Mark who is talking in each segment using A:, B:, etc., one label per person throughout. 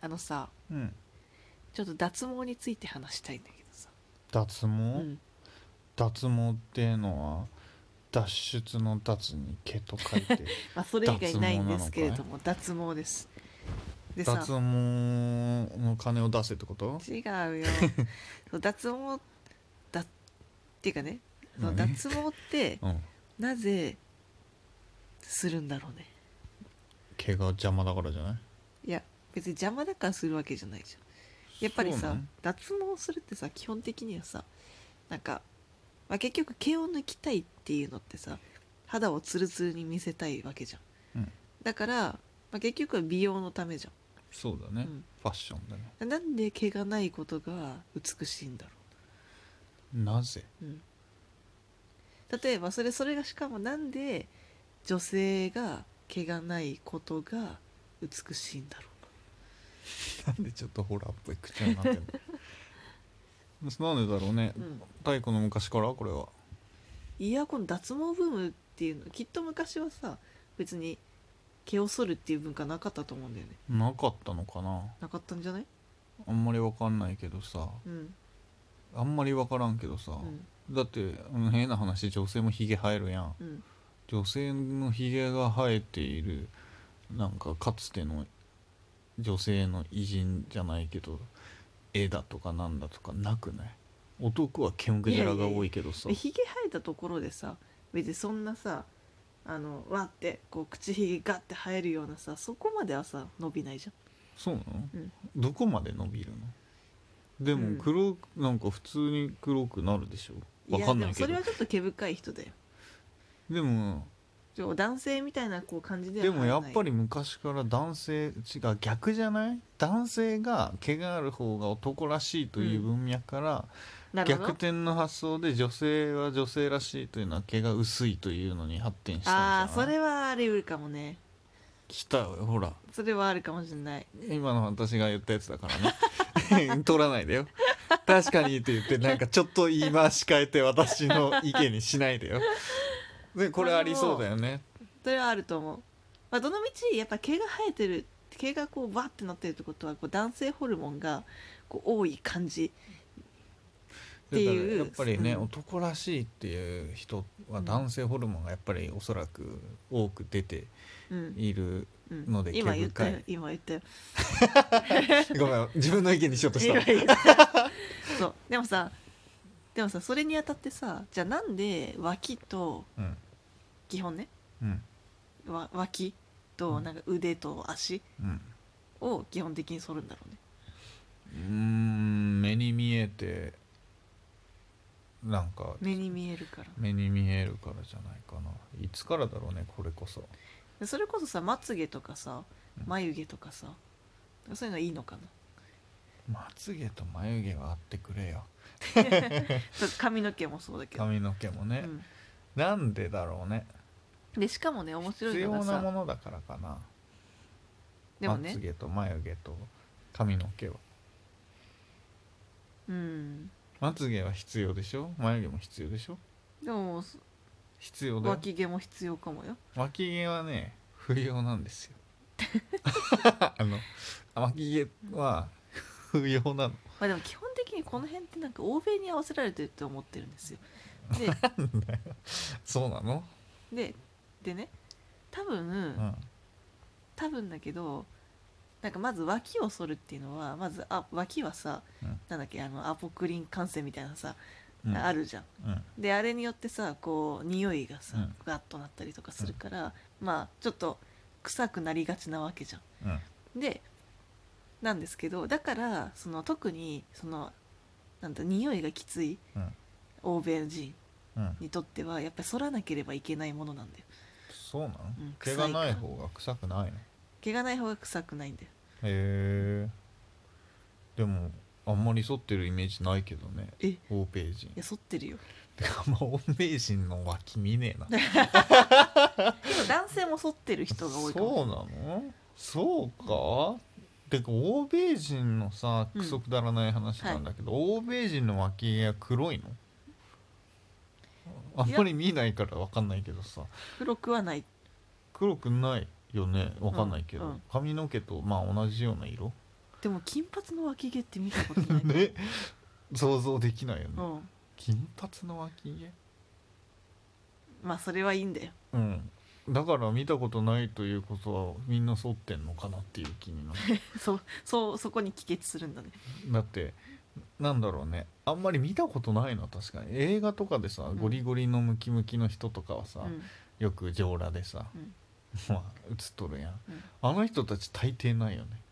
A: あのさ
B: うん
A: ちょっと脱毛について話したいんだけどさ、
B: 脱毛、
A: うん、
B: 脱毛っていうのは脱出の脱に毛と書いて
A: まあ、それ以外ないんですけれども脱毛です でさ
B: 脱毛の金を出せってこと
A: 違う よそう脱毛だっていうかねその
B: 何
A: 脱毛って
B: うん
A: なぜするんだろうね
B: 毛が邪魔だからじゃない
A: いや別に邪魔だからするわけじゃないじゃんやっぱり
B: そうな
A: さ
B: の
A: 脱毛するってさ基本的にはさなんか、まあ、結局毛を抜きたいっていうのってさ肌をツルツルに見せたいわけじゃん
B: うん
A: だから、まあ、結局は美容のためじ
B: そうだ
A: ゃ
B: ね、
A: ん、
B: ファッションだね
A: うん、なんで毛がないことが美しいんだろ
B: なぜ
A: う、うん、例えばそれそれがしかもなんで女性が毛がないことが美しいんだろ
B: なんでちょっとホラーっぽい口調になってんの なんでだろうね
A: う、うん、
B: 太古の昔からこれはい
A: やこの脱毛ブームっていうのきっと昔はさ別に毛を剃るっていう文化なかったと思うんだよね
B: なかったのかな
A: なかったんじゃない
B: あんまりわかんないけどさ
A: うん
B: あんまりわからんけどさ
A: う、ん
B: だってあの変な話女性もヒゲ生えるやん
A: うん
B: 女性のヒゲが生えているなんかかつての女性の偉人じゃないけど絵だとかなんだとかなくない男は毛むくじゃらが多いけどさ
A: でひげ生えたところでさ別にそんなさあのわーってこう口ひげガッて生えるようなさそこまではさ伸びないじ
B: そうなの、
A: うん
B: どこまで伸びるので
A: う
B: も
A: ん
B: 黒、なんか普通に黒くなるでしょ
A: ゃん
B: わかんない
A: やでもそ
B: けど
A: れはちょっと毛深い人だよ
B: でも
A: ちょ男性みたいなこう感じでは
B: でもやっぱ
A: り
B: り昔から男性違う逆じゃない男性が毛がある方が男らしいという文脈から、逆転の発想で女性は女性らしいというのは毛が薄いというのに発展した
A: あ
B: ん
A: あ
B: じゃ
A: そ
B: ない
A: れはあり得るかもね
B: 来たよ ほら
A: それはあるかもしれない
B: 今の私が言ったやつだからね 取らないでよ確かにって言ってなんかちょっと言い回し変えて私の意見にしないでよでこれありそうだよね
A: それはあると思う、まあ、どのみちやっぱ毛が生えてる毛がこうバッてなってるってことはこう男性ホルモンがこう多い感じっていう
B: だからやっぱりね、
A: うん
B: 男らしいっていう人は男性ホルモンがやっぱりおそらく多く出て
A: うん、
B: いる、
A: うん、
B: ので毛
A: 今
B: 深い
A: 言ったよ今言ったよ
B: ごめん自分の意見にしようとし
A: 今
B: た
A: 言った そうでもさでもさそれにあたってさじゃあなんで脇と
B: うん
A: 基本ね
B: うん
A: わ脇となんか腕と足
B: うん
A: を基本的に剃るんだろうね
B: うーん目に見えてなんか
A: 目に見えるから
B: 目に見えるからじゃないかないつからだろうねこれこそ
A: でそれこそさまつげとかさ
B: うん
A: 眉毛とかさそういうのいいのかな
B: まつげと眉毛はあってくれよ
A: そう髪の毛もそうだけど、
B: 髪の毛も
A: う
B: ね、
A: ん、
B: なんでだろうね
A: でしかもね面白
B: 必
A: いのが
B: 要な
A: さ
B: ものだからかな
A: でも
B: ま
A: ね
B: つ、げと眉毛と髪の毛は
A: うん、
B: まつげは必要でしょ眉毛も必要でしょ
A: でも
B: 必要だよ
A: 脇毛も必要かもよ
B: 脇毛はね不要なんです よあの脇毛は不要なの
A: まあでも基本的にこの辺ってなんか欧米に合わせられてると思ってるんですよ
B: なんだよ そうなの
A: で ででね多分、
B: うん
A: 多分だけどなんかまず脇を剃るっていうのはまずあ脇はさ、
B: うん
A: なんだっけあのアポクリン感染みたいなさ、
B: うん
A: あるじゃん
B: うん
A: であれによってさこう匂いがさ、
B: うん
A: ガッとなったりとかするから、まあちょっと臭くなりがちなわけじゃん
B: うん
A: でなんですけどだからその特にそのなんだ匂いがきつい
B: うん
A: 欧米人
B: うん
A: にとってはやっぱり剃らなければいけないものなんだよ
B: そうなの、
A: うん
B: 毛がない方が臭くないのへ
A: 毛がない方が臭くないんだよ
B: えでもあんまり剃ってるイメージないけどね
A: えい
B: 欧米人
A: や剃ってるよ
B: てかあん ま欧米人の脇見ねえな
A: でも男性も剃ってる人が多いかも
B: そうなのそうかてか欧米人のさ
A: うん
B: クソくだらない話なんだけど、欧米人の脇毛は黒いのあんまり見ないから分かんないけどさ
A: 黒くはない
B: 黒くないよね分かんないけど、
A: うんうん
B: 髪の毛とまあ同じような色
A: でも金髪の脇毛って見たことない、
B: ね想像できないよね、
A: うん
B: 金髪の脇毛
A: まあそれはいいんだよ
B: うんだから見たことないということはみんな剃ってんのかなっていう気になる
A: そうそうそこに帰結するんだね
B: だってなんだろうねあんまり見たことないな確かに映画とかでさ
A: ん
B: ゴリゴリのムキムキの人とかはさ、
A: うん
B: よく上裸でさ、
A: うん
B: まあ映っとるやん
A: うん
B: あの人たち大抵ないよね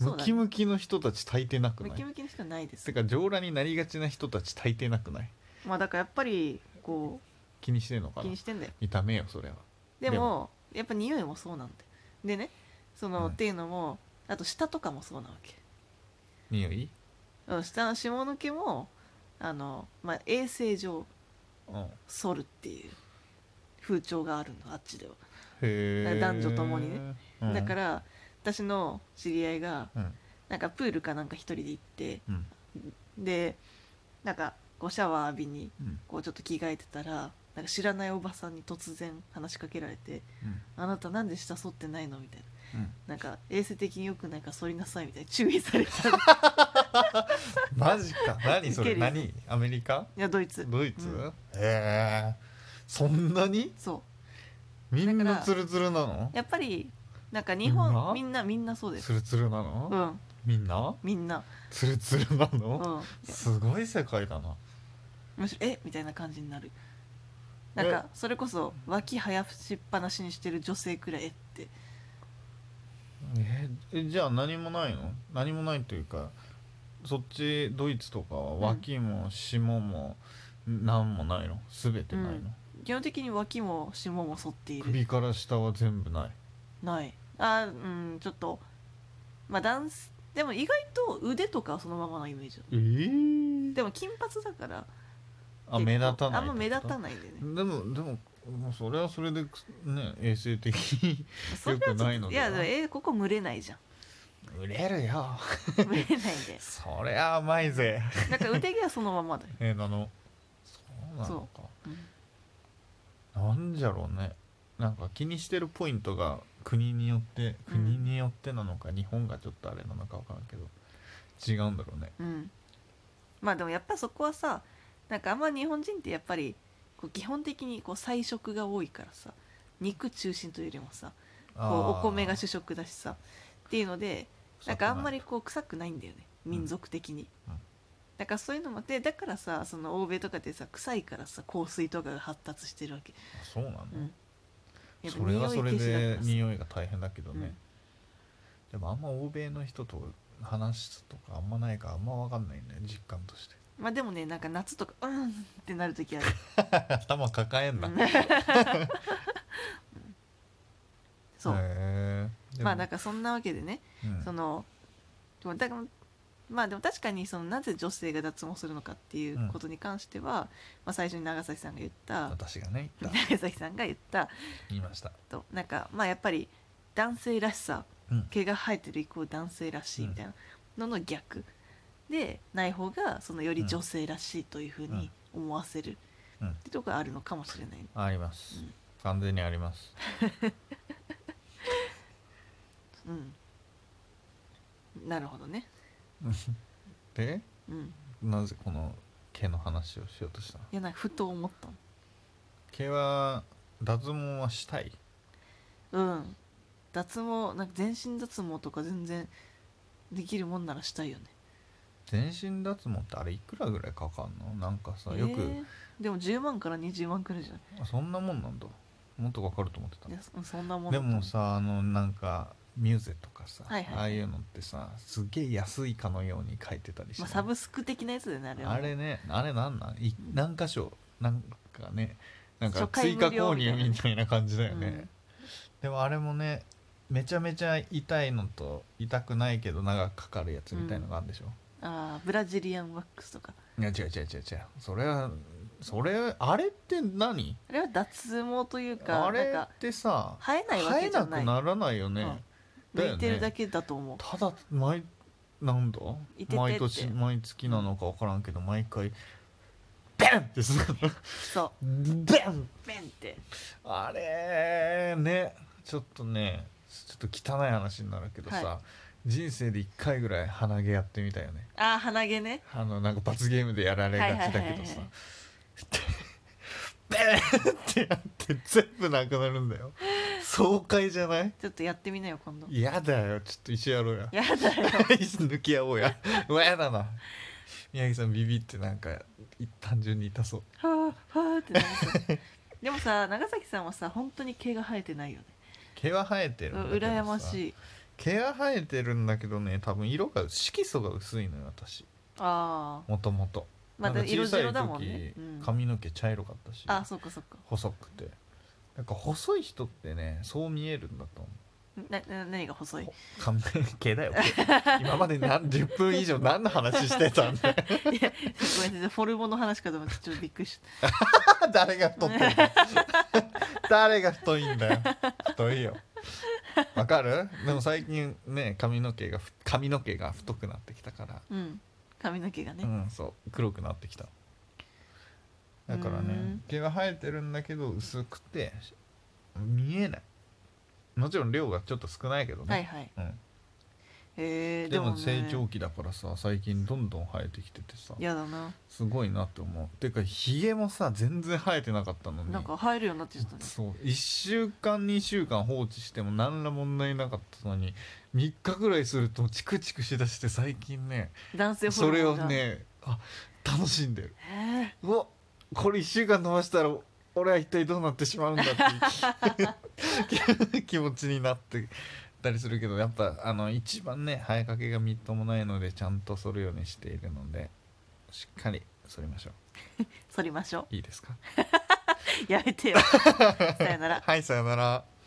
A: そう
B: ム
A: だね
B: キムキの人たち大抵なく
A: ム
B: ない
A: キムキの人はないです
B: てか上裸になりがちな人たち大抵なくない
A: まあだからやっぱりこ
B: 気にしてんのか
A: う気
B: な
A: にしてんだよ
B: 見た目よそれは
A: でも
B: で
A: やっぱ匂いもそうなんだよでねその、
B: うん
A: っていうのもあと舌とかもそうなわけ
B: 匂い
A: うん舌の下の毛もあの、まあ、衛生上
B: うんへ
A: 剃るっていう風潮があるのあっちでは、
B: え
A: 男女ともにね、
B: うん
A: だから私の知り合いが
B: うん
A: なんかプールかなんか一人で行って
B: うん
A: でなんかこうシャワー浴びに
B: うん
A: こうちょっと着替えてたらなんか知らないおばさんに突然話しかけられて
B: うん
A: 「あなたなんで下剃ってないの?」みたいな
B: うん
A: なんか衛生的によくないから剃りなさいみたいな注意された い
B: マ ジか何そ
A: いけ
B: れ
A: るよ
B: 何アメリカ
A: やドイツ
B: ドイツ、
A: うん
B: へえそんなに
A: そ
B: みん
A: だ
B: な
A: から
B: ツルツルなの
A: うやっぱりなんか日
B: うま
A: 本みんなみんなそうです
B: ツルツルな
A: う
B: の、
A: ん
B: みんな
A: みんな
B: ツルツルな
A: う
B: の、
A: ん
B: すごい世界だな
A: むしろえみたいな感じになるなんかそれこそ脇生やしっぱなしにしてる女性くらいえって
B: ええじゃあ何もないの何もないというかそっちドイツとかは脇も下も何もないの全てないの、
A: うん基本的に脇も下も剃っている
B: 首から下は全部ない
A: ないあーうんちょっとまあダンスでも意外と腕とかはそのままのイメージだ
B: えー
A: でも金髪だから
B: あ
A: 結構
B: 目立たない
A: あんま目立た
B: い
A: ないんだよね
B: でもでももうそれはそれでね衛生的に
A: それはちょっと
B: よくないの
A: い
B: では
A: やえここ蒸れない じゃん
B: 売れるよ
A: 蒸れないんだよ
B: そりゃ甘いぜ
A: だから腕毛はそのままだよ、
B: えー、あのそうなのか
A: うん
B: なんじゃろうねなんか気にしてるポイントが国によって
A: うん
B: 国によってなのか、日本がちょっとあれなのか分からんけど違うんだろうね
A: うん、まあでもやっぱそこはさなんかあんま日本人ってやっぱりこう基本的にこう菜食が多いからさ肉中心というよりもさこ
B: あ
A: う
B: ー
A: お米が主食だしさっていうのでなんかあんまりこう臭くないんだよね
B: ん
A: 民族的に、
B: うん
A: だからそういうのもあってだからさその欧米とかでさ臭いからさ香水とかが発達してるわけ、
B: あそうなの、
A: うん、やっぱ
B: それはそ
A: 匂
B: れ
A: い消しだから
B: で
A: さ
B: 匂いが大変だけどね、
A: うん
B: でもあんま欧米の人と話すとかあんまないからあんま分かんないね実感と して
A: まあでもねなんか夏とかうんってなる時ある
B: 頭抱えん な、へ
A: そう、
B: え
A: まあなん
B: か、
A: かそんなわけでね、
B: うん
A: そのでもだからまあでも確かにそのなぜ女性が脱毛するのかっていうことに関しては、まあ、最初に長崎さんが言った
B: 私がね言った
A: 長崎さんが言った
B: 言いました
A: となんかまあやっぱり男性らしさ
B: うん
A: 毛が生えてるイコール男性らしいみたいなのの逆でない方がそのより女性らしいというふうに思わせる
B: うん
A: ってとこがあるのかもしれない、
B: あります、
A: うん
B: 完全にあります
A: うん、なるほどね、
B: で
A: うん、
B: なぜこの毛の話をしようとしたの
A: いやなんかふと思ったの
B: 毛は脱毛はしたい
A: うん脱毛なんか全身脱毛とか全然できるもんならしたいよね
B: 全身脱毛ってあれいくらぐらいかかんのなんかさ
A: え
B: よく、
A: ーでも10万から20万くらいじゃない
B: あそんなもんなんだもっとかかると思ってた
A: いやそそんなもん
B: でもさあのなんかミューゼとかさ、
A: はいはいはい
B: ああいうのってさすげえ安いかのように書いてたりして、
A: まあ、サブスク的なやつでねあれは
B: あれねあれなんなんい何箇所なんかねなんか
A: 初回
B: 追
A: 無
B: 加
A: 料
B: 購入みたいな感じだよね、
A: うん
B: でもあれもねめちゃめちゃ痛いのと痛くないけど長くかかるやつみたいのがあるんでしょ、
A: あーブラジリアンワックスとか
B: いや違う違う違う違うそれはそれあれって何
A: あれは脱毛というか
B: あれ
A: なんか
B: ってさ
A: 生えないわけじゃ
B: 生
A: な
B: え
A: い
B: なくならないよね、
A: うん
B: だよね
A: 抜いてるだけだと思う
B: ただ毎なんだ
A: いてて
B: 毎年
A: って
B: 毎月なのか分からんけど毎回ベンってするの
A: そ
B: ベン
A: うペンって
B: あれねちょっとねちょっと汚い話になるけどさ、
A: は
B: 人生で1回ぐらい鼻毛やってみたよね
A: あー鼻毛ね
B: あのなんか罰ゲームでやられがちだけどさ
A: はい
B: ベーってやって全部なくなるんだよ爽快じゃない
A: ちょっとやってみなよ今度
B: 嫌だよちょっと一緒やろうや
A: やだよ
B: 抜き合おうやうわやだな宮城さんビビってなんか単純に痛そう
A: はあはあってなりそう でもさ長崎さんはさ本当に毛が生えてないよね
B: 毛は生えてるんだけどさ
A: 羨ましい
B: 毛は生えてるんだけどね多分色が色素が薄いのよ私
A: ああ
B: もともと
A: ま
B: な
A: だ
B: んか小
A: 色
B: さい
A: 白
B: 時
A: だもんね、うん、
B: 髪の毛茶色かったし
A: あそっかそっか
B: 細くてなんか細い人ってねそう見えるんだと思う
A: なな何が細い
B: 髪の毛だよ今まで何10分以上何の話してたんだよ
A: いやごめんなさいフォルモの話かと思ってちょっとびっくりし
B: 誰が太って んだよ誰が太いんだよ太いよわかるでも最近ね髪の毛がふ髪の毛が太くなってきたから
A: たうん髪の毛がね、
B: うんそう黒くなってきただから
A: う
B: ね
A: ん
B: 毛が生えてるんだけど薄くて見えないもちろん量がちょっと少ないけどね、
A: はいはい
B: うん
A: えー、
B: でも
A: ね
B: 成長期だからさ最近どんどん生えてきててさ
A: やだな
B: すごいなって思うてかひげもさ全然生えてなかったのに
A: なんか生えるようになってきたね
B: そう1週間2週間放置しても何ら問題なかったのに3日ぐらいするとチクチクしだして最近ね
A: 男性ホ
B: それ
A: ルモン
B: を
A: が
B: ねあ楽しんでる
A: えー
B: うわこれ1週間伸ばしたら俺は一体どうなってしまうんだっていう 気持ちになってたりするけどやっぱあの一番ね生えかけがみっともないのでちゃんと剃るようにしているのでしっかり剃りましょ
A: 剃りましょ
B: ういいですか
A: うやめてよさよなら
B: はいさよなら